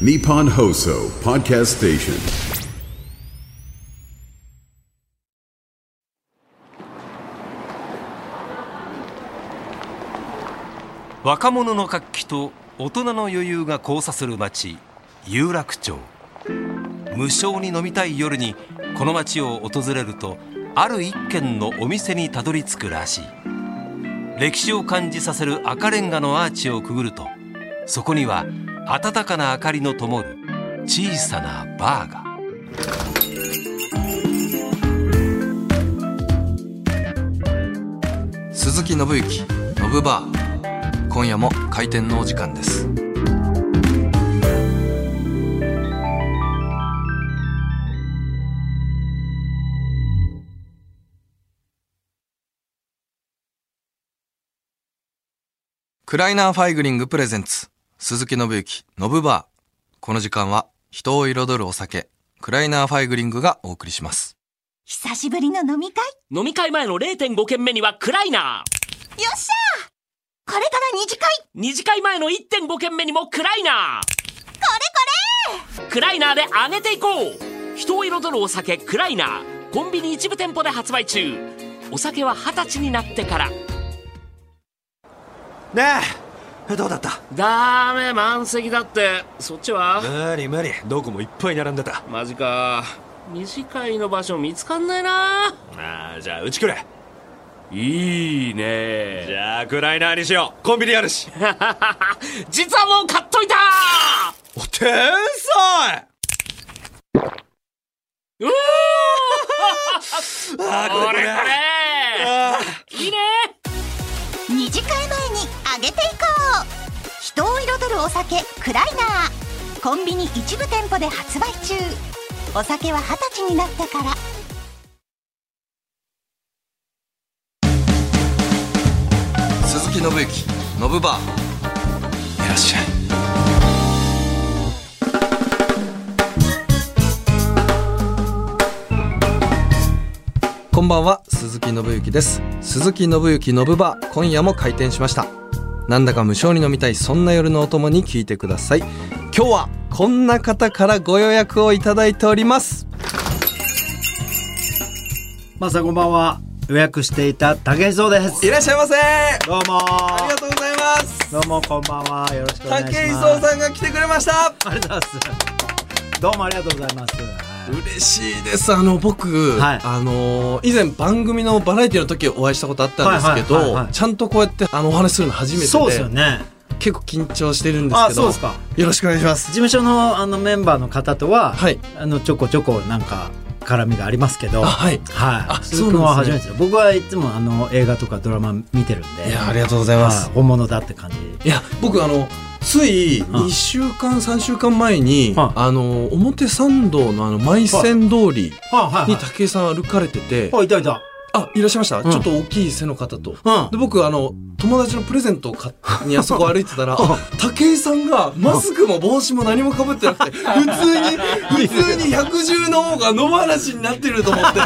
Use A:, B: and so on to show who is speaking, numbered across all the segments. A: Nippon Hoso Podcast Station.
B: 若者の活気と大人の余裕が交差する街有楽町無償に飲みたい夜にこの街を訪れるとある一軒のお店にたどり着くらしい歴史を感じさせる赤レンガのアーチをくぐるとそこには暖かな明かりの灯る小さなバーが
C: 鈴木信之ノブバー今夜も開店のお時間ですクライナーファイグリングプレゼンツ鈴木信之ノブバーこの時間は人を彩るお酒クライナーファイグリングがお送りします
D: 久しぶりの飲み会
E: 飲み会前の0.5軒目にはクライナー
D: よっしゃこれから二次会こ
E: 二次会前の1.5軒目にもクライ
D: れ
E: ナ
D: こ
E: ークライナーで上げていこう人を彩るお酒クライナーコンビニ一部店舗で発売中お酒は二十歳になってから
F: ねえどうだった
E: ダメ満席だってそっちは
F: 無理無理どこもいっぱい並んでた
E: マジか二次会の場所見つかんないな
F: あーじゃあうちくれ
E: いいね
F: じゃあクライナーにしようコンビニあるし
E: 実はもう買っといた
F: お天才
E: うわ
F: あー
E: これこれ
F: あ
E: いいね
D: れ二次会前にあげていこう人を彩るお酒クライナーコンビニ一部店舗で発売中お酒は二十歳になってから
C: 鈴木信之ノブバーいらっしゃいこんばんは鈴木信之です鈴木信之ノブバー今夜も開店しましたなんだか無償に飲みたいそんな夜のお供に聞いてください今日はこんな方からご予約をいただいております
G: まあさんこんばんは。予約していた竹井壮です。
C: いらっしゃいませあ
G: どうも
C: りがとうございます
G: どうもこんばんは。よろしくお願いします。
C: 竹井壮さんが来てくれました
G: ありがとうございます。どうもありがとうございます。はい
C: 嬉しいですあの僕、
G: はい
C: あの以前番組のバラエティの時お会いしたことあったんですけど、
G: はいはいはいはい
C: ちゃんとこうやってあのお話しするの初めてで
G: そうですよね。
C: 結構緊張してるんです
G: あ、
C: けど
G: そうですか。
C: よろしくお願いしま
G: 事
C: す
G: 務所のあのメンバーの方とは、
C: はい
G: あのちょこちょこなんか絡みがありますけど、
C: あはいあ
G: はい。
C: そうなんですね
G: 鈴木君は初めてですよ。僕はいつもあの映画とかドラマ見てるんで、
C: いやありがとうございます、
G: はい本物だって感じ。
C: い、や僕あのつい
G: はい
C: 2週間3週間前に、
G: はい
C: あの表参道のあの舞仙通り
G: はいは
C: に武井さん歩かれてて、
G: い。いたいた。
C: あいらっしゃいました、
G: ん
C: ちょっと大きい背の方と、
G: うん
C: で。僕あの友達のプレゼントを買っ にあそこ歩いてたらあ武井さんがマスクも帽子も何もかぶってな くて普通に普通に百獣の王が野放しになってると思 って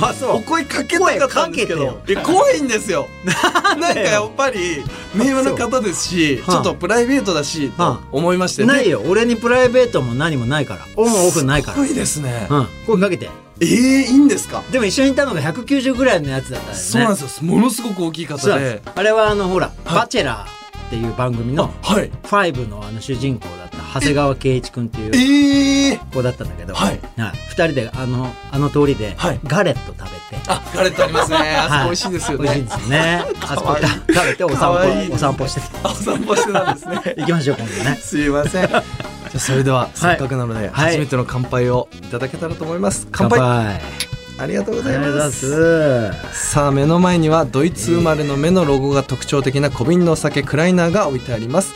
G: あ、そ
C: お
G: う。
C: 声かけなかったんですけ
G: 声
C: ど
G: か
C: いや怖いんですよなんかやっぱり名誉な方ですしち
G: そう
C: ょっとプライベートだしと思いまして
G: ない
C: よ
G: よ。俺にプライベートも何もないから。オンオフないか
C: すごいですね、
G: ら。うん。声かけて。
C: えー、いいんですか
G: でも一緒にいたのが190ぐらいのやつだったよね。
C: そうなんですよものすごく大きい
G: そう
C: 方
G: なんで。
C: です
G: あれはあの、ほら、バチェラーっていう番組の、
C: はい
G: ファイブのあの主人公だった長谷川圭一君っていう
C: えー、
G: 子だったんだけど、
C: はい
G: 二人であの、あの通りで
C: はい、
G: ガレット食べて、
C: あ、ガレットありますね。あそこ
G: はい
C: 美味しいですよ
G: 美味し
C: ね
G: いん。です よね。あそこた食べてお散
C: かわいいです
G: 歩、
C: ね
G: お散歩して
C: あお散歩してたんですね。
G: 行きましょう、今度 ね。
C: すいません。じゃあそれではせっかくなので
G: はい
C: 初めての乾杯をいただけたらと思います。乾
G: 乾
C: 杯。
G: 杯。
C: ありがとうご
G: あ
C: ざ
G: り
C: い
G: がとうござい
C: ま。
G: ますす。
C: さあ目の前にはドイツ生まれの目のロゴが特徴的な小瓶のお酒クライナーが置いてあります、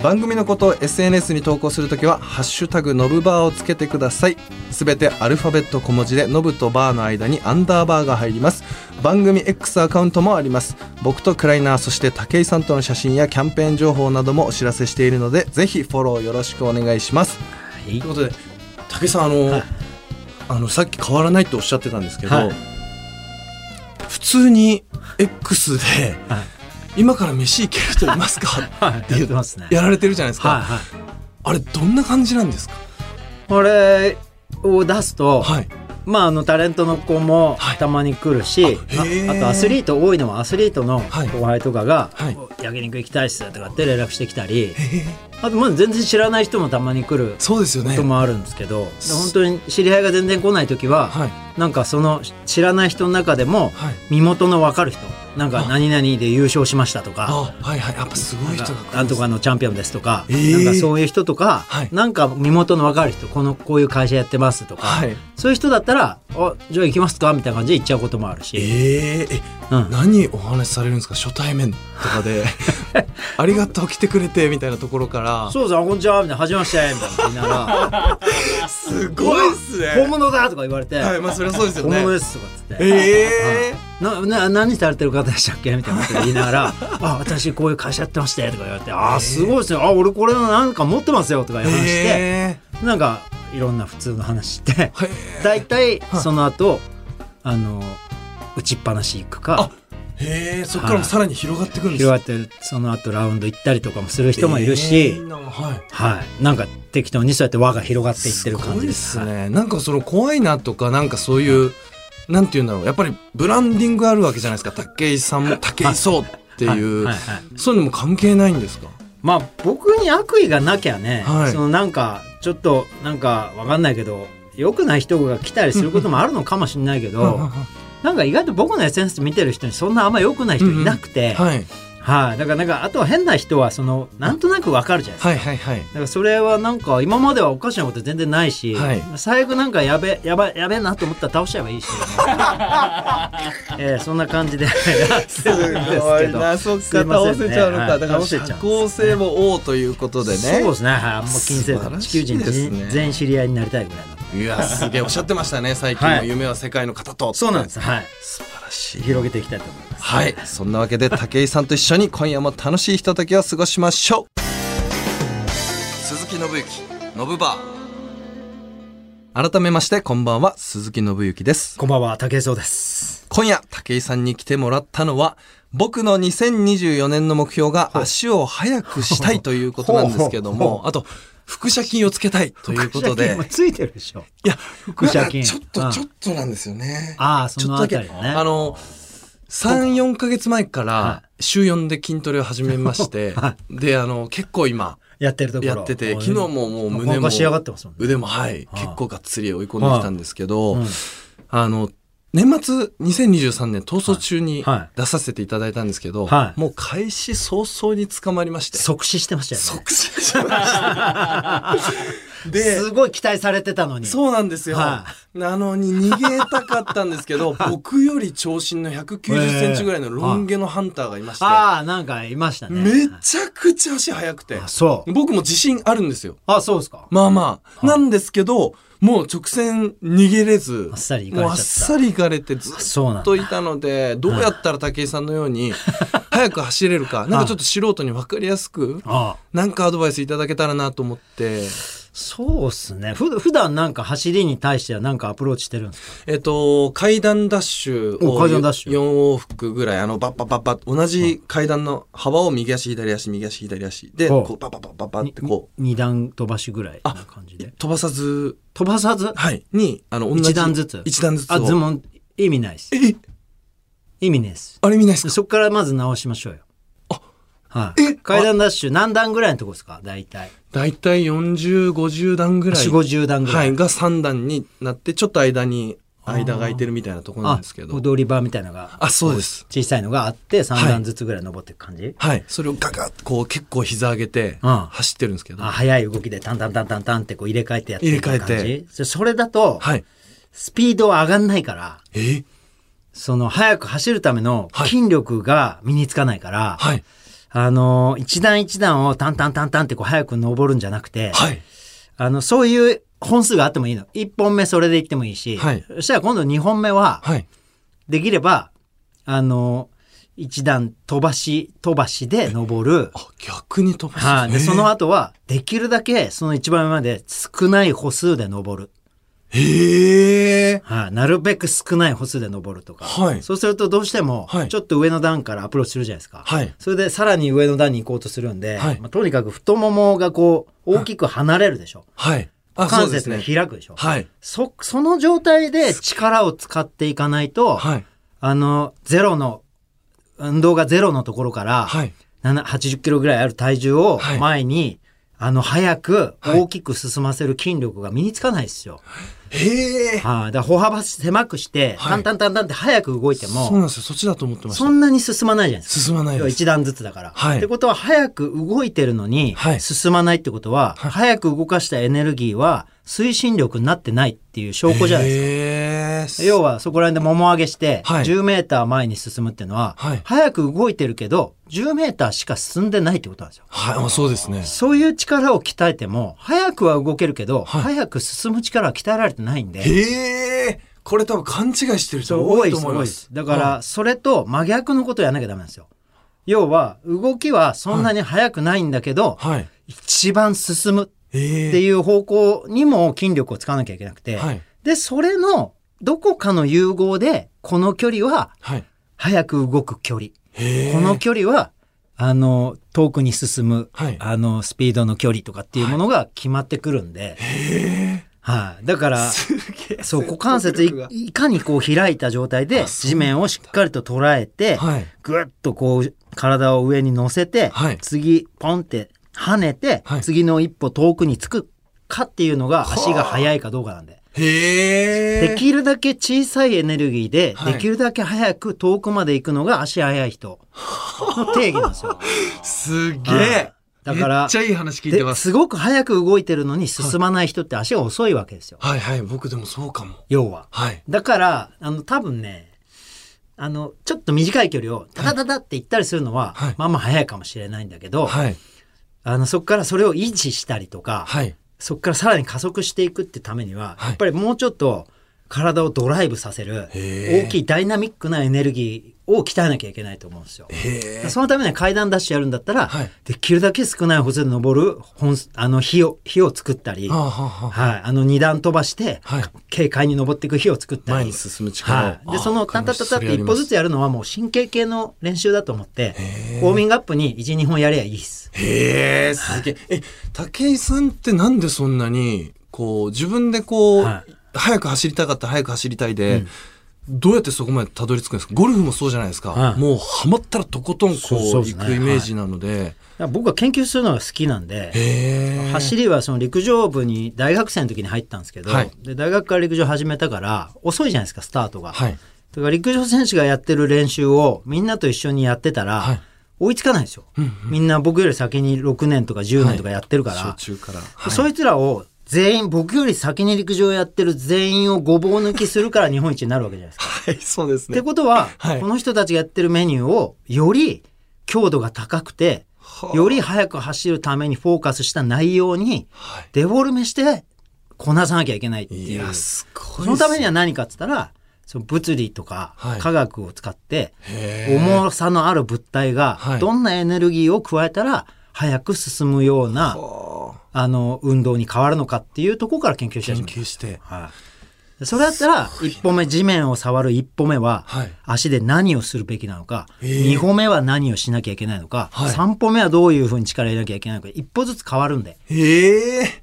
C: 番組のことを SNS に投稿するときは「ハッシュタグノブバー」をつけてくださいすべてアルファベット小文字でノブとバーの間にアンダーバーが入ります番組 X アカウントもあります僕とクライナーそして武井さんとの写真やキャンペーン情報などもお知らせしているのでぜひフォローよろしくお願いします
G: い
C: ということで武井さんあの,、
G: はい
C: あのさっき変わらないとおっしゃってたんですけど、
G: はい
C: 普通に X で、
G: はい
C: 今から飯行ける人いますか?」
G: はい
C: って
G: や
C: い
G: って
C: う
G: ますね。
C: やられてるじゃないですか、
G: はいはい。
C: あれどんな感じなんですか
G: これを出すと、
C: はい
G: まあ、あのタレントの子も
C: はい
G: たまに来るし、
C: あへー
G: ああとアスリート多いのはアスリートの
C: はい
G: 後輩とかが「
C: はい
G: 焼肉行きたいっす」とかって連絡してきたりあとまだ全然知らない人もたまに来る
C: そうですよね
G: こともあるんですけど、で本当に知り合いが全然来ない時は、
C: はい
G: なんかその知らない人の中でも
C: はい
G: 身元の分かる人なんか何々で優勝しましたとか。
C: あはいはいやっぱすごい人が来る
G: なんとかのチャンピオンですとか、
C: えー
G: なんかそういう人とか、
C: はい
G: なんか身元の分かる人このこういう会社やってますとか、
C: はい
G: そういう人だったら「あじゃあ行きますか」みたいな感じで行っちゃうこともあるし、
C: えええ
G: うん
C: 何お話しされるんですか初対面とか でありがとう来てくれてみたいなところから
G: そうさんこんにちは」みたいな「はじめまして」みたいな言いながら
C: す ごいっす
G: 「本物だ!」とか言われて「
C: はいまあそりゃそうですよ
G: 本
C: ね
G: 物です」とかっつって。
C: ええ
G: なな何されてる方でしたっけみたいなこと言いな がら「あ私こういう会社やってまして」とか言われて「あーすごいですねあ俺これのなんか持ってますよ」とかいう話して、
C: え
G: なんかいろんな普通の話して
C: ー、
G: 大体その後、あの打ちっぱなし行くか
C: へえそこからもさらに広がってくるんです
G: 広がってるその後ラウンド行ったりとかもする人もいる
C: えー
G: し、
C: なんかはい
G: はい、なんか適当にそうやって輪が広がっていってる感じです
C: ごいっすねなんかその怖いなとかなんかそういうなんていうんだろうやっぱりブランディングあるわけじゃないですか武井さんも武井壮っていう、
G: はいはいはい
C: そういうのも関係ないんですか
G: まあ僕に悪意がなきゃね、
C: はい
G: そのなんかちょっとなんかわかんないけど良くない人が来たりすることもあるのかもしれないけどなんか意外と僕の SNS 見てる人にそんなあんま良くない人いなくて、はい
C: はい
G: だからなんかあとは変な人はそのなんとなくわかるじゃないですか
C: はいはいはい
G: だからそれはなんか今まではおかしなこと全然ないし、
C: はい
G: 最悪なんかやべやばやべえなと思ったら倒しちゃえ ばいいし、えーそんな感じで やってるんですけど
C: そっ
G: すいませんねはい倒せちゃうんです
C: 社交性も王ということでね
G: そうですね、はい、あんま気にせ
C: 素晴
G: ず
C: ら
G: 地
C: し
G: 球
C: い
G: 人
C: ですね
G: 全全員知り合いになりたいぐらいなの
C: いやすげえおっしゃってましたね最近
G: は
C: の
G: い
C: 夢は世界の方と
G: そうなんですはい
C: 素晴らしい
G: 広げていきたいと思います
C: はいそんなわけで武井さんと一緒に今夜も楽しいひとときを過ごしましょう鈴木信之のぶば改めましてこんばんは鈴木信之です
G: こんばんは武井壮です
C: 今夜武井さんに来てもらったのは僕の2024年の目標が足を速くしたいということなんですけど
G: ほうほう
C: もあと腹斜筋をつけたいということで
G: 腹斜筋もついてるでしょ
C: いや
G: 腹斜筋
C: なんかち
G: う
C: ょっと
G: ん
C: ちょっとなんですよね
G: ああそ
C: ちょ
G: の
C: っとだ
G: あ
C: け、
G: たりね
C: あの、3、4ヶ月前から週4で筋トレを始めまして、
G: は
C: で、あの、結構今
G: やってるところ
C: やってて、昨日ももう胸
G: なかな
C: も
G: か仕上がってますもんね
C: 腕も、はい、
G: はい
C: 結構がっつり追い込んできたんですけど、
G: うん
C: あの、年末2023年逃走中に
G: はいはい
C: 出させていただいたんですけど、
G: はい
C: もう開始早々に捕まりまして、
G: 即死してましたよね
C: 即死しました。です
G: ごい期待されてたの に。
C: そうなんですよ。
G: は
C: なのに逃げたかったんですけど、僕より長身の190センチぐらいのロン毛のハンターがいまして、
G: ああ、なんかいましたね。
C: めちゃくちゃ足速くて
G: あ、そう。
C: 僕も自信あるんですよ。
G: あ、そうですか。
C: まあまあ。なんですけど、もう直線逃げれず、
G: あっさり行かれ
C: も
G: ち
C: う
G: ゃった
C: あっさり行かれてずっ
G: そうなんだ
C: といたので、どうやったら武井さんのように、早く走れるか、なんかちょっと素人に分かりやすく、
G: ああ、
C: なんかアドバイスいただけたらなと思って、
G: そうっすね。ふ普段なんか走りに対してはなんかアプローチしてるんですか
C: えっと、階段ダッシュ
G: お
C: を
G: 階段ダッシュ
C: 4往復ぐらい、あの、バッパバッパ、同じ階段の幅を右足、左足、右足、左足で、
G: ほう
C: こう、バッパバッパバッってこう、
G: 二段飛ばしぐらいな感じで。
C: 飛ばさず、
G: 飛ばさず
C: はい、に、あの、同じ。
G: 一段ずつ
C: 一段ずつを。
G: あ、ズボン、意味ないっす。
C: え
G: 意味ないっす。
C: あれ見ないですか
G: そこからまず直しましょうよ。はい、階段ダッシュ何段ぐらいのとこですか大体。
C: だいたい40、50段ぐらい。
G: 4、50段ぐら。
C: はいい、が3段になって、ちょっと間に、間が空いてるみたいなところなん
G: あ
C: ですけ、ど。
G: 踊り場みたいなのが
C: あ、そうです。
G: 小さいのがあって3
C: は
G: 段
C: い
G: ずつぐらい登っていく感じ、
C: はい。それをガガッとこう、結構膝上げて、
G: うん
C: 走ってるんですけど。
G: あ
C: は
G: 速い動きでタンタンタンタンタンってこう入れ替えてやっていく感じ
C: 入れ替
G: そそれだと、
C: い。
G: スピードは上がんないから
C: え
G: その速く走るための
C: はい
G: 筋力が身につかないから、
C: はい。
G: あの一段一段をタンタンタンタンってこう速く登るんじゃなくて、
C: はい。
G: あのそういう本数があってもいいの1本目それでいってもいいし、
C: はい
G: そしたら今度2本目は
C: はい。
G: できればあの一段飛ばし飛ばしで登る。
C: あ、逆に飛ばす。
G: はい、で
C: へー
G: その後はできるだけその一番上まで少ない歩数で登る。
C: えへえ。
G: はい、なるべく少ない歩数で登るとか、
C: はい
G: そうするとどうしても
C: はい
G: ちょっと上の段からアプローチするじゃないですか、
C: はい
G: それでさらに上の段に行こうとするんで、
C: はい
G: まあ、とにかく太ももがこう大きく離れるでしょ、
C: はい。あ
G: 股関節が
C: ね
G: 開くでしょ
C: はい。
G: そその状態で力を使っていかないと、
C: はい。
G: あのゼロの運動がゼロのところから、
C: はい。
G: 7 80キロぐらいある体重を
C: はい
G: 前に、あの早く
C: はい
G: 大きく進ませる筋力が身につかないですよ。
C: へえ。
G: はい、だから歩幅狭くして、
C: はい
G: タンタンタンタンって早く動いて
C: そうなん
G: も、
C: ですよ。そっちだと思ってまし
G: そ
C: た。
G: んなに進まないじゃないですか。
C: 進まない
G: 要は
C: です
G: 一。段ずつだから。
C: はい
G: ってことは、早く動いてるのに
C: は、い
G: 進まないってことは、早く動かしたエネルギーは推進力になってないっていう証拠じゃないですか。
C: です
G: 要は、そこら辺で桃上げして、
C: はい
G: 10メーター前に進むっていうのは、
C: はい
G: 早く動いてるけど、10メーターしか進んでないってことなんですよ。
C: はい、まあ、そうですね。
G: そういう力を鍛えても、早くは動けるけど、
C: はい
G: 早く進む力は鍛えられてないんで。
C: へえ。これ多分勘違いしてる
G: そ
C: 人
G: う
C: 多
G: 多
C: い
G: い
C: と
G: で
C: 思
G: す多
C: い
G: い
C: ま
G: ですす。だからそれと真逆のことをやらなきゃダメなんですよ要は動きはそんなに速くないんだけど、
C: はい。
G: 一番進むっ
C: え
G: て
C: え。
G: いう方向にも筋力を使わなきゃいけなくて、
C: はい
G: でそれのどこかの融合でこの距離は
C: はい。
G: 速く動く距離
C: へえ。
G: この距離はあの遠くに進む、
C: はい
G: あのスピードの距離とかっていうものが決まってくるんで、はいだからそう股関節いいかにこう開いた状態で地面をしっかりと捉えて、
C: はい
G: ぐっとこう体を上に乗せて、
C: はい
G: 次ポンって跳ねて、
C: はい
G: 次の一歩遠くにつくかっていうのが足が速いかどうかなんで。
C: へえ。
G: できるだけ小さいエネルギーで、
C: はい
G: できるだけ早く遠くまで行くのが足速い人の定義なんですよ。
C: すげ
G: はい
C: え。
G: だから
C: めっちゃいい話聞いてます。
G: ですごく早く動いてるのに進まない人って足が遅いわけですよ。
C: はいはい、僕でもそうかも。
G: 要は。
C: はい。
G: だから、あの、多分ね、あの、ちょっと短い距離をタタタタって行ったりするのは、
C: はい
G: まあまあ早いかもしれないんだけど、
C: はい。
G: あの、そこからそれを維持したりとか、
C: はい。
G: そこからさらに加速していくってためには、
C: はい
G: やっぱりもうちょっと体をドライブさせる
C: へー
G: 大きいダイナミックなエネルギーを鍛えなきゃいけないと思うんですよ。そのためには階段ダッシュやるんだったら、
C: はい
G: できるだけ少ない歩数で登る本数あの火を火を作ったり、
C: はあはあはあ
G: はい、あの二段飛ばして、
C: はい
G: 軽快に登っていく火を作ったり
C: 前に進む力を
G: はい、で
C: あ
G: そのタ
C: わかり
G: タ
C: ま
G: タ
C: した
G: タって一歩ずつやるのはもう神経系の練習だと思ってウォーミングアップに12本やりゃいいです。
C: へえ、すげえ。え、武井さんってなんでそんなに、こう、自分でこう、
G: はい
C: 早く走りたかった、早く走りたいで、どうやってそこまでたどり着くんですかゴルフもそうじゃないですか。
G: はい
C: もうハマったらとことんこ
G: そうそう
C: う、
G: で
C: 行
G: すね
C: くイメージなので。
G: だから僕は研究するのが好きなんで、
C: へえ。
G: 走りはその陸上部に大学生の時に入ったんですけど、
C: はい
G: で大学から陸上始めたから遅いじゃないですかスタートが。
C: はい。
G: だから陸上選手がやってる練習をみんなと一緒にやってたら、
C: はい
G: 追いつかないですよ、みんな僕より先に6年とか10年とかやってるから、
C: 小中から。はい
G: そいつらを全員僕より先に陸上やってる全員をごぼう抜きするから日本一になるわけじゃないです
C: は
G: か。
C: い、そうです
G: ってことは、
C: はい
G: この人たちがやってるメニューをより強度が高くて、より速く走るためにフォーカスした内容に
C: はい
G: デフォルメしてこなさなきゃいけないって
C: い
G: いう。
C: や、すごいっす
G: そのためには何かっつったら、その物理とか
C: はい
G: 科学を使って、
C: へー
G: 重さのある物体が
C: はい
G: どんなエネルギーを加えたら早く進むような、あの運動に変わるのかっていうところから研究し
C: 研
G: 始めた
C: 究して。
G: はい、それだったら1歩目地面を触る1歩目は
C: はい
G: 足で何をするべきなのか、
C: ええ
G: 2歩目は何をしなきゃいけないのか、
C: はい
G: 3歩目はどういうふうに力を入れなきゃいけないのか一歩ずつ変わるんで
C: へえ。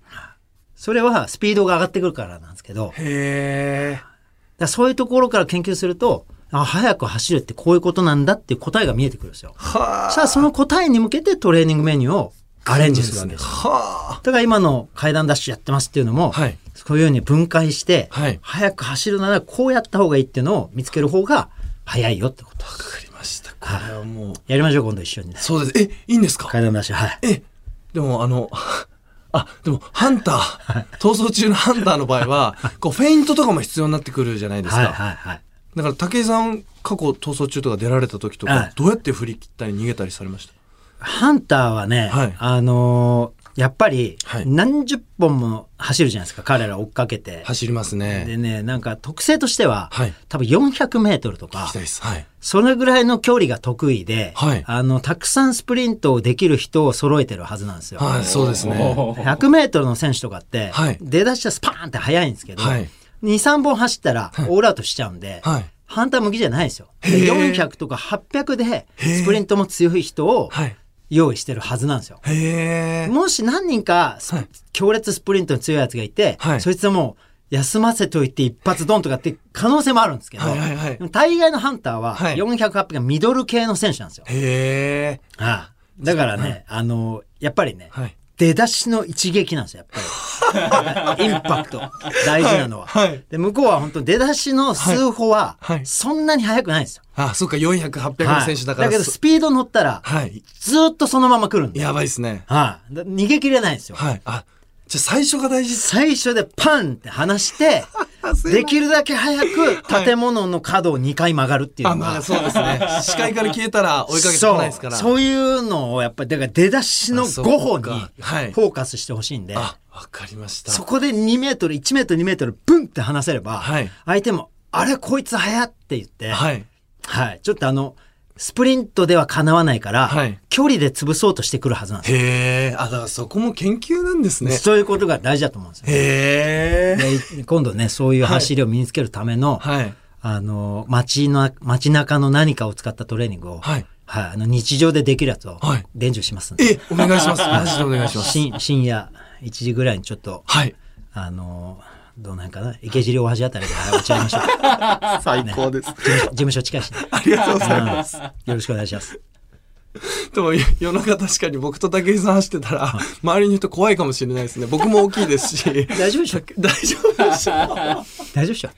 G: それはスピードが上がってくるからなんですけどだか
C: へえ。
G: らそういうところから研究するとあ早く走るってこういうことなんだっていう答えが見えてくるんですよ。
C: は
G: さあその答えに向けてトレーニングメニューをアレンジするわけですよ。
C: は
G: だから今の階段ダッシュやってますっていうのも、
C: はい
G: そういうふうに分解して、
C: はい
G: 早く走るならこうやった方がいいっていうのを見つける方が早いよってこと。
C: あ。わかりました。これはもう。
G: やりましょう今度一緒にね。
C: そうです。え、いいんですか
G: 階段ダッシュ、はい。
C: え、でもあの、 あ、でもハンター、逃走中のハンターの場合 は、こうフェイントとかも必要になってくるじゃないですか。
G: はいはいはい。
C: だから武井さん、過去逃走中とか出られた時とか、
G: はい
C: どうやって振り切ったり逃げたりされました
G: ハンターはね、
C: はい
G: あのーやっぱり
C: はい
G: 何十本も走るじゃないですか、彼ら追っかけて。
C: 走ります
G: で
C: ね。
G: ね、なんか特性としては、
C: はい
G: 多分400メートルと
C: 行
G: か
C: きた、いです。はい。
G: それぐらいの距離が得意で、
C: はい
G: あの、たくさんスプリントをできる人を揃えてるはずなんですよ。
C: はい、そうですね。
G: 100メートルの選手とかって
C: はい、
G: 出だしはスパーンって速いんですけど、
C: はい
G: 23本走ったらオールアウトしちゃうんで、
C: はい
G: 反対向きじゃないんですよ。で400とか800でスプリントも強い人を
C: はい
G: 用意してるはずなんですよ。
C: へえ
G: もし何人かス
C: はい
G: 強烈スプリントに強いやつがいて、
C: はい
G: そいつはもう休ませといて一発ドンとかって可能性もあるんですけど、
C: はいはいはい
G: でも大概のハンターは
C: はい
G: 400、800がミドル系の選手なんですよ。
C: へえ
G: ああだからね、あの、やっぱりね、
C: はい
G: 出だしの一撃なんですよ、やっぱ り。インパクト。大事なのは。
C: はいはい
G: で、向こうは本当出だしの数歩は
C: はいは、い
G: そんなに速くないんですよ。
C: あそうか400800
G: はい
C: の選手だから、
G: けどスピード乗ったら、
C: はい
G: ずーっとそのまま来るんで。
C: やばいですね
G: はいだ逃げ切れないんですよ。
C: はいあじゃあ最初が大事です
G: 最初でパンって離 して、できるだけ早く建物の角を2回曲がるっていう
C: あ
G: の
C: まあ
G: が。
C: そうですね視界から消えたら追いかけてこないですから
G: そうそういうのをやっぱりだから出だしの
C: あそう
G: 5本にフ
C: かはい
G: ォーカスしてほしいんで、
C: あわかりました
G: そこで2メートル1メートル2メートルブンって離せれば、
C: はい
G: 相手も「あれこいつ早っ」って言って、
C: はいい
G: ちょっとあのスプリントではかなわないから、
C: はい
G: 距離で潰そうとしてくるはずなんですよ
C: へえあだからそこも研究なんですね
G: そういうことが大事だと思うんですよ。
C: へえ
G: で今度ねそういう走りを身につけるための、
C: はい
G: あの街の街中の何かを使ったトレーニングを、
C: はい
G: あの日常でできるやつを
C: はい
G: 伝授しますんで、
C: えお願いします マジでお願いします
G: 深深夜1時ぐらいにちょっと、
C: はい
G: あのどうなんかな池尻大橋あたりではい落ち合いましょう
C: 最高です、
G: 事務所近いし、ね、
C: ありがとうございます
G: うんよろしくお願いします
C: でもよ夜中確かに僕と武井さん走ってたら周りの人怖いかもしれないですね僕も大きいですし
G: 大丈夫でしょ
C: 大丈夫でしょ
G: 大丈夫でしょ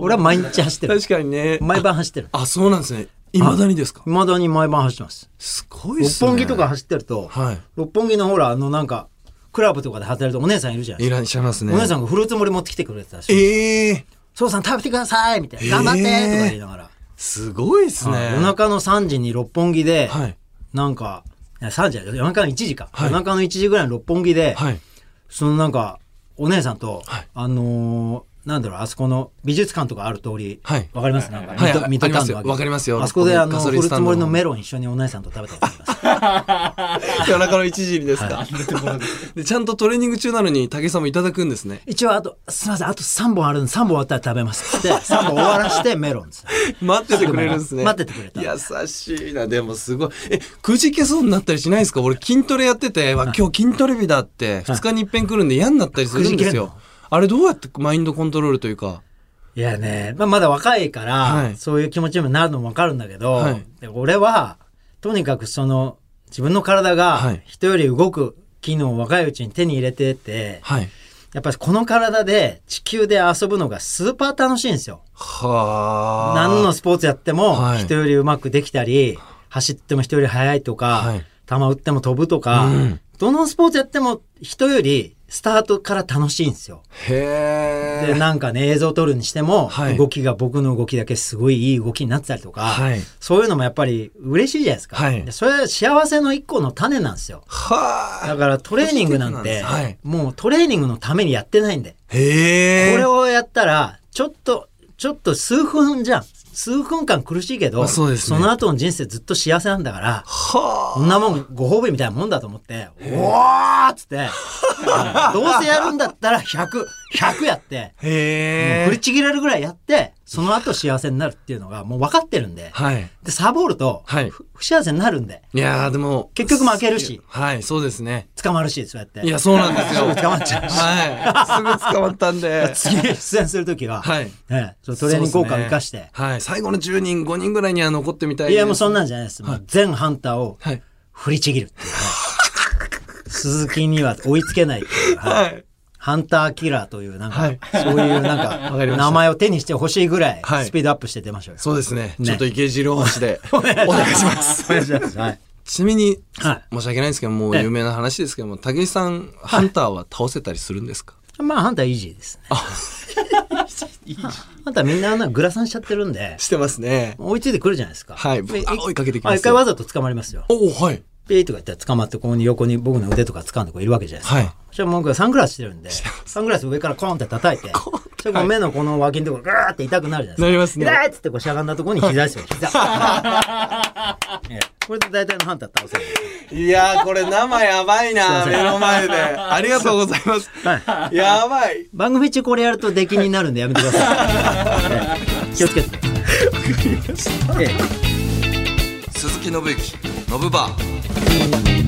G: 俺は毎日走って る
C: 確かにね
G: 毎晩走ってる
C: あそうなんですねいまだにですか
G: 未だに毎晩走ってます
C: すごいっ
G: 六
C: すね
G: 本木とか走ってると、
C: はい
G: 六本木のほらあのなんかクラブとかで働いてるお姉さんいるじゃない
C: い
G: です
C: らっしゃいます
G: か、
C: ね
G: お姉さんがフルーツ盛り持ってきてくれてたらしい
C: ええー、
G: そうさん食べてくださいみたいな。頑張ってとか言いながら。
C: すごいですね
G: 夜中の3時に六本木で、
C: はい
G: なんか、いや3時じゃない夜中の1時か。
C: はい
G: 夜中の1時ぐらいの六本木で、
C: はい
G: そのなんか、お姉さんと、
C: はい
G: あのーなんだろう、あそこの美術館とかある通り、
C: はい
G: わかりますなんか、
C: はい
G: ミトミトタ
C: ありま
G: ウンの
C: すよわかりますよ
G: あそこであの、
C: ガ
G: フ
C: ソ
G: ル
C: リン
G: ー
C: ス
G: ツ
C: タンド
G: 盛りのメロン一緒にお姉さんと食べたことあり ます。
C: 夜中の1時にですか、 でちゃんとトレーニング中なのに武井さんもいただくんですね
G: 一応あと、すみません、あと3本あるんで、3本終わったら食べますって、3本終わらしてメロンです。
C: 待っててくれるんですね
G: 待っててくれた
C: 優しいなでもすごいえくじけそうになったりしないですか俺筋トレやっててわ今日筋トレ日だって2日に一遍来るんで嫌になったりするん
G: くじ
C: で
G: け
C: す
G: る
C: よ
G: の
C: あれどうやってマインドコントロールというか
G: いやね、まあ、まだ若いから、
C: はい
G: そういう気持ちにもなるのもわかるんだけど、
C: はい
G: で俺は、とにかくその、自分の体
C: は
G: が
C: い
G: 人より動く機能を若いうちに手に入れてて、
C: はい
G: やっぱりこの体で地球で遊ぶのがスーパー楽しいんですよ。
C: はあ
G: 何のスポーツやっても
C: はい
G: 人よりうまくできたり、走っても人より速いとか、
C: はい
G: 球打っても飛ぶとか、
C: うん
G: どのスポーツやっても人よりスタートから楽しいんですよ。
C: へ
G: で、
C: え
G: なんかね、映像撮るにしても、
C: はい
G: 動きが僕の動きだけすごいいい動きになってたりとか、
C: はい
G: そういうのもやっぱり嬉しいじゃないですか。
C: はい
G: でそれは幸せの一個の種なんですよ。
C: はあ
G: だからトレーニングなんて、
C: そうなんです
G: もうトレーニングのためにやってないんで。
C: へえ
G: これをやったら、ちょっと、ちょっと数分じゃん。数分間苦しいけど、
C: まあそうですね
G: の後の人生ずっと幸せなんだから、
C: は
G: こんなもんご褒美みたいなもんだと思って、おーっつって、どうせやるんだったら100、100やって、
C: あへ
G: もう振り
C: え
G: ちぎれるぐらいやって、その後幸せになるっていうのがもう分かってるんで、
C: はい
G: でサボると、
C: はい
G: ふ不幸せになるんで、
C: いやーでも
G: 結局負けるし
C: はいそうですね
G: 捕まるし、そうやって。
C: いやそうなんですよ
G: すぐ 捕まっちゃうし
C: はいすぐ捕まったんで
G: 次出演するときは、
C: はい
G: ねその トレーニング効果を生かして、
C: そうですねはい、最後の10人5人ぐらいには残ってみたい
G: いやもうそん
C: な
G: なんじゃないです。もう全ハンターを
C: はい
G: 振りちぎるっていうね。 鈴木には追いつけないっていう。はい
C: はい
G: ハンターキラーという、なんか、
C: はい
G: そういうなん
C: わか
G: か、
C: りました
G: 名前を手にしてほしいぐらい
C: は、い
G: スピードアップして出ましょうよ。
C: そうですね
G: ね
C: ちょっと池尻大橋 でお願いします
G: お願いします。はい。
C: ちなみに、
G: は
C: 申し訳ないんですけどもう
G: ええ
C: 有名な話ですけども武井さんハンターは倒せたりするんですか、
G: い。まあ、ハンターイージーですね。 ハンターみんななんかグラサンしちゃってるんで、
C: してますね
G: 追いついてくるじゃないですか。
C: はい
G: で
C: あ追いかけてきますよ
G: あ一回わざと捕まりますよ。
C: おおはい
G: ピーとか言ったら捕まって、ここに横に僕の腕とか掴んでこういるわけじゃないですか。
C: はい
G: そしたら僕はサングラスしてるんで、サングラス上からコーンって叩いて、それから目のこの脇のところガーって痛くなるじゃないですか。
C: なりますね
G: 痛いっつってこうしゃがんだところに膝ですよ、膝。これで大体の判断倒せる。
C: いやーこれ生やばいな目の前で ありがとうございます
G: は
C: やばい
G: 番組中これやると出禁になるんでやめてくださ い。ね気をつけて。ええ
C: 鈴木信之ノブバー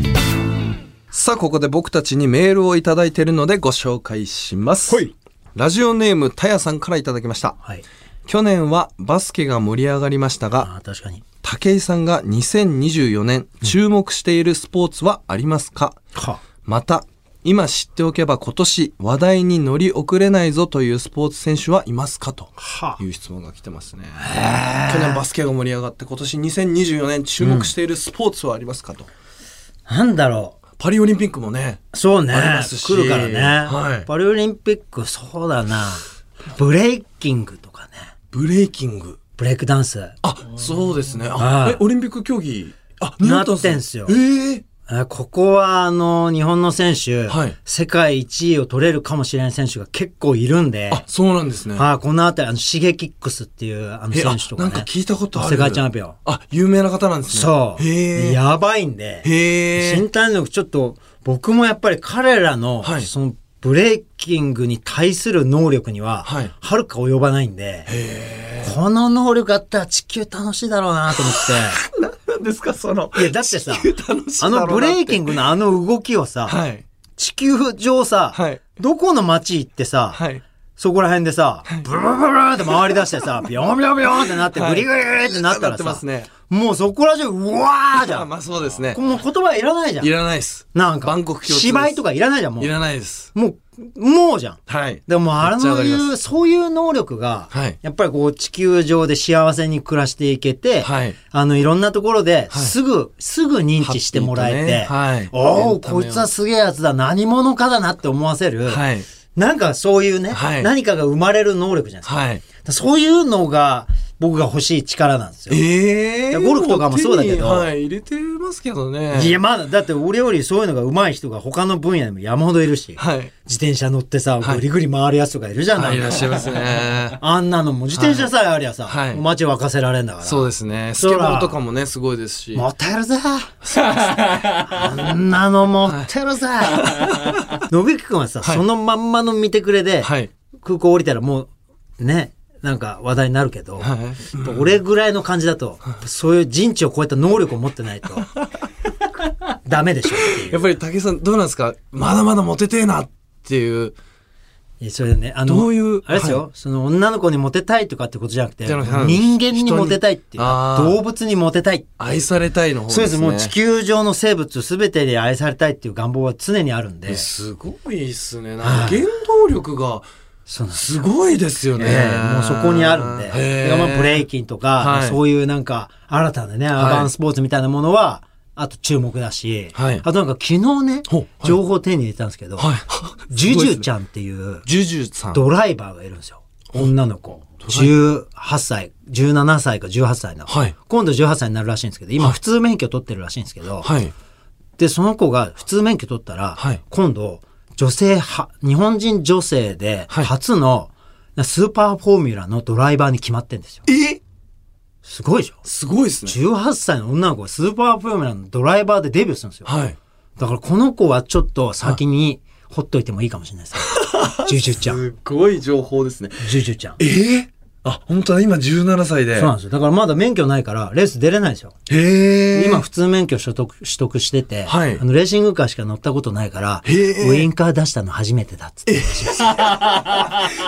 C: さあここで僕たちにメールをいただいているのでご紹介します、
G: はい
C: ラジオネームたやさんからいただきました
G: はい。
C: 去年はバスケが盛り上がりましたが
G: ああ、確かに。
C: 武井さんが2024年注目しているスポーツはありますか、
G: は
C: また今知っておけば今年話題に乗り遅れないぞというスポーツ選手はいますかと
G: は
C: いう質問が来てますね去年バスケが盛り上がって今年2024年注目しているスポーツはありますかと、
G: あ。なんだろう。
C: パリオリンピックもね
G: そうね。
C: ありますし
G: 来るからね、
C: はい
G: パリオリンピック、そうだな。ブレイキングとかね。
C: ブレイキング
G: ブレイクダンス。
C: あそうですねあ
G: はい
C: えオリンピック競技あ
G: なってんすよ
C: えー
G: あここは、あの、日本の選手、
C: はい
G: 世界一位を取れるかもしれない選手が結構いるんで、
C: あそうなんですね
G: はいこのあたり、あの、シゲキックスっていう、あの、
C: えあ
G: 選手とかね。
C: なんか聞いたことある
G: 世界チャンピオン。
C: あ有名な方なんですね
G: そう。
C: へえ
G: やばいんで、
C: へえ
G: 身体能力ちょっと、僕もやっぱり彼らの、
C: はい
G: その、ブレイキングに対する能力には、
C: はい
G: はるか及ばないんで、この能力あったら地球楽しいだろうなと思って。
C: なんですかその
G: いや、だってさ、
C: 楽しいだろ
G: あ
C: うな
G: の
C: って
G: ブレイキングのあの動きをさ、
C: はい
G: 地球上さ、
C: はい
G: どこの街行ってさ、
C: はい
G: そこら辺でさ、ブルブルブルって回り出し てさ、ビヨンビヨンビヨンってなって、
C: はい
G: グリグリグリってなった
C: なっ
G: ら
C: て
G: さ、
C: ますね
G: もうそこら中、うわーじゃ
C: あ
G: ん。
C: まあそうですね
G: もう言葉いらないじゃん
C: い。らないです
G: なんか、
C: 万国共通です
G: 芝居とかいらないじゃん、も。
C: いうらないです
G: もう、もうじゃん。
C: はい
G: でも、あ
C: めっちゃわ
G: の
C: かります
G: いう、そういう能力が、
C: はい
G: やっぱりこう、地球上で幸せに暮らしていけて、
C: はい
G: あの、いろんなところで、
C: はい
G: すぐ、すぐ認知してもらえて、
C: ハッピーとねはい
G: お
C: エン
G: お、
C: タメを
G: こいつはすげえやつだ、何者かだなって思わせる、
C: はい
G: なんかそういうね、
C: はい
G: 何かが生まれる能力じゃないですか。
C: はい
G: そういうのが、僕が欲しい力なんですよ。
C: ええ
G: いやゴルフとかもそうだけど
C: はい入れてますけどね
G: いや、まだ、だって俺よりそういうのが上手い人が他の分野でも山ほどいるし、
C: はい
G: 自転車乗ってさ、
C: はい
G: ぐりぐり回るやつとかいるじゃな
C: はいいいらっしゃいますね
G: あんなのも自転車さえありゃさ、
C: はい
G: お街沸かせられんだか ら。
C: そうですねスケボーとかもねすごいですし
G: 持ってるぜあんなの持ってるぜのびきくんはさ、
C: はい
G: そのまんまの見てくれで、
C: はい
G: 空港降りたらもう、ね、なんか話題になるけど、
C: はい
G: やっぱ俺ぐらいの感じだと、そういう人知を超えた能力を持ってないと、ダメでしょっていう
C: やっぱり武井さんどうなんですかまだまだモテてえなっていう
G: いやそれでね、あの、
C: どういう
G: あれですよ、
C: はい
G: その女の子にモテたいとかってことじゃなくて、
C: じゃな
G: 人
C: くてはい
G: 間にモテたいっていうか、
C: 人にあー
G: 動物にモテたい。
C: 愛されたいの方です
G: そう
C: ね
G: です、もう地球上の生物全てで愛されたいっていう願望は常にあるんで、
C: すごいっすねなんか原動力が
G: そうなんです
C: すごいですよね、
G: ええもうそこにあるんで、
C: へえ
G: だからまあブレイキンとか、
C: はい
G: そういうなんか新たなね、アーバンスポーツみたいなものは、あと注目だし、
C: はい
G: あとなんか昨日ね
C: ほうはい、
G: 情報を手に入れたんですけど、
C: はい
G: ジュジュち
C: ゃん
G: ゃんっていう
C: ジュジュさん
G: ドライバーがいるんですよ。女の子。18歳、17歳か18歳なの。
C: はい
G: 今度18歳になるらしいんですけど、今普通免許取ってるらしいんですけど、
C: はい
G: で、その子が普通免許取ったら、
C: はい
G: 今度、女性は、日本人女性で
C: はい
G: 初のスーパーフォーミュラのドライバーに決まってんですよ。
C: え
G: すごいでしょ
C: すごいですね
G: ?18 歳の女の子がスーパーフォーミュラのドライバーでデビューするんですよ。
C: はい
G: だからこの子はちょっと先にほっといてもいいかもしれない です。ジュジュちゃん。
C: すごい情報ですね
G: ジュジュちゃん。
C: えー、あ本当だ今17歳で
G: そうなんですよ。だからまだ免許ないから、レース出れないんですよ。
C: へえ
G: 今普通免許取得取得してて、
C: はい
G: あのレーシングカーしか乗ったことないから、ウ
C: へえ
G: インカー出したの初めてだっつって。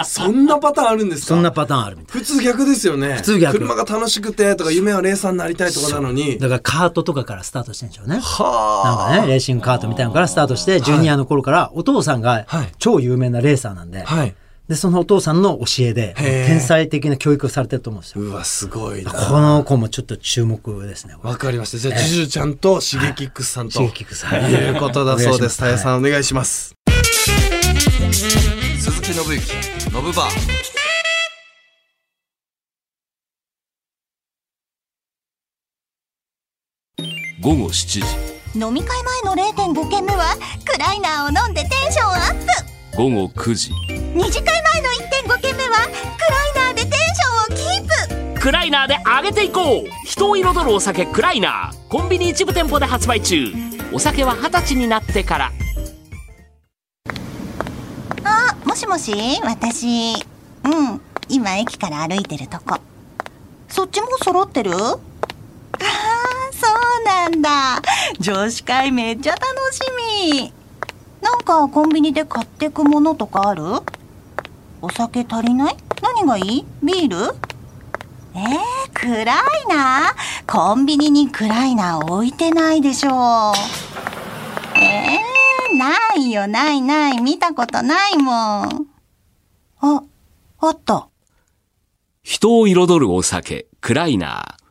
C: そんなパターンあるんですか
G: そんなパターンあるみたい。
C: 普通逆ですよね普
G: 通逆
C: 車が楽しくてとか夢はレーサーになりたいとかなのに
G: だからカートとかからスタートしてんでしょうね。
C: は
G: なんかね、レーシングカートみたいなのからスタートして、ジュニアの頃から、お父さんが
C: はい
G: 超有名なレーサーなんで、
C: あはい
G: で、そのお父さんの教えで、
C: へえ
G: 天才的な教育をされてると思うんですよ。
C: うわすごいな
G: この子もちょっと注目ですね。これ
C: わかりましたじゃあジュジュちゃんとシゲキックスさんと
G: シゲキックスさん
C: いうことだそう です
G: お
C: た
G: 願いします
C: やさんお願いします鈴木信之ノブバー
H: 午後7時
D: 飲み会前の0.5軒目はクライナーを飲んでテンションアップ
H: 午後9時
D: 二次会前の1.5軒目はクライナーでテンションをキープ
E: クライナーで上げていこう人を彩るお酒クライナーコンビニ一部店舗で発売中お酒は二十歳になってから
D: あもしもし私うん今駅から歩いてるとこそっちも揃ってるああそうなんだ女子会めっちゃ楽しみなんかコンビニで買ってくものとかあるお酒足りない何がいいビールえー、暗いなコンビニに暗いな置いてないでしょうえー、ないよ、ないない、見たことないもん。あ、あった。
E: 人を彩るお酒クライナー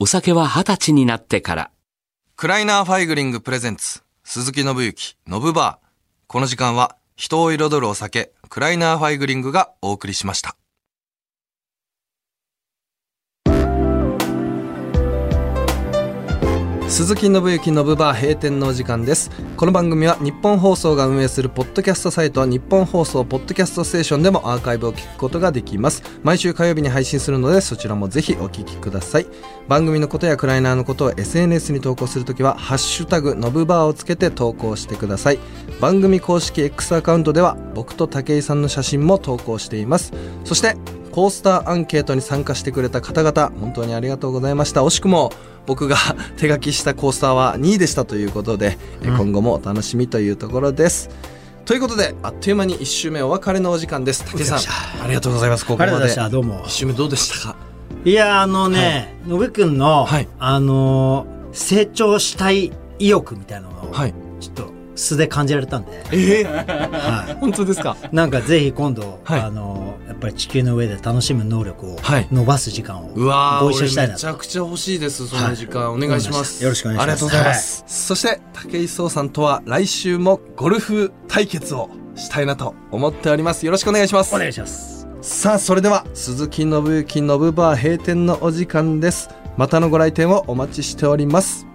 E: お酒は二十歳になってから
C: クライナーファイグリングプレゼンツ、鈴木信之、ノブバー。この時間は、人を彩るお酒、クライナーファイグリングがお送りしました。鈴木信之のブバー閉店のお時間ですこの番組は日本放送が運営するポッドキャストサイト日本放送ポッドキャストステーションでもアーカイブを聞くことができます毎週火曜日に配信するのでそちらもぜひお聞きください番組のことやクライナーのことを SNS に投稿するときは「ハッシュタグのブバー」をつけて投稿してください番組公式 X アカウントでは僕と武井さんの写真も投稿していますそしてコースターアンケートに参加してくれた方々本当にありがとうございました惜しくも僕が 手書きしたコースターは2位でしたということで、え今後もお楽しみというところですということであっという間に1周目お別れのお時間です武井さんありがとうございますここ
G: あ
C: まで
G: りがとうございましたどうも
C: 1周目どうでしたか
G: いやあのね、のぶくんの、
C: はい
G: あのー成長したい意欲みたいなのを、
C: はい
G: ちょっと素で感じられたんで、は
C: 本当ですか
G: い、なんかぜひ今度、
C: はい
G: あのーやっぱり地球の上で楽しむ能力を
C: はい
G: 伸ばす時間を
C: うわー
G: ご一緒したい
C: 俺
G: な
C: め
G: と
C: ちゃくちゃ欲しいですその時間、お願いします
G: よろしくお願いします
C: ありがとうございます、そして武井壮さんとは来週もゴルフ対決をしたいなと思っておりますよろしくお願いします
G: お願いします。
C: さあそれでは鈴木信之信バー閉店のお時間ですまたのご来店をお待ちしております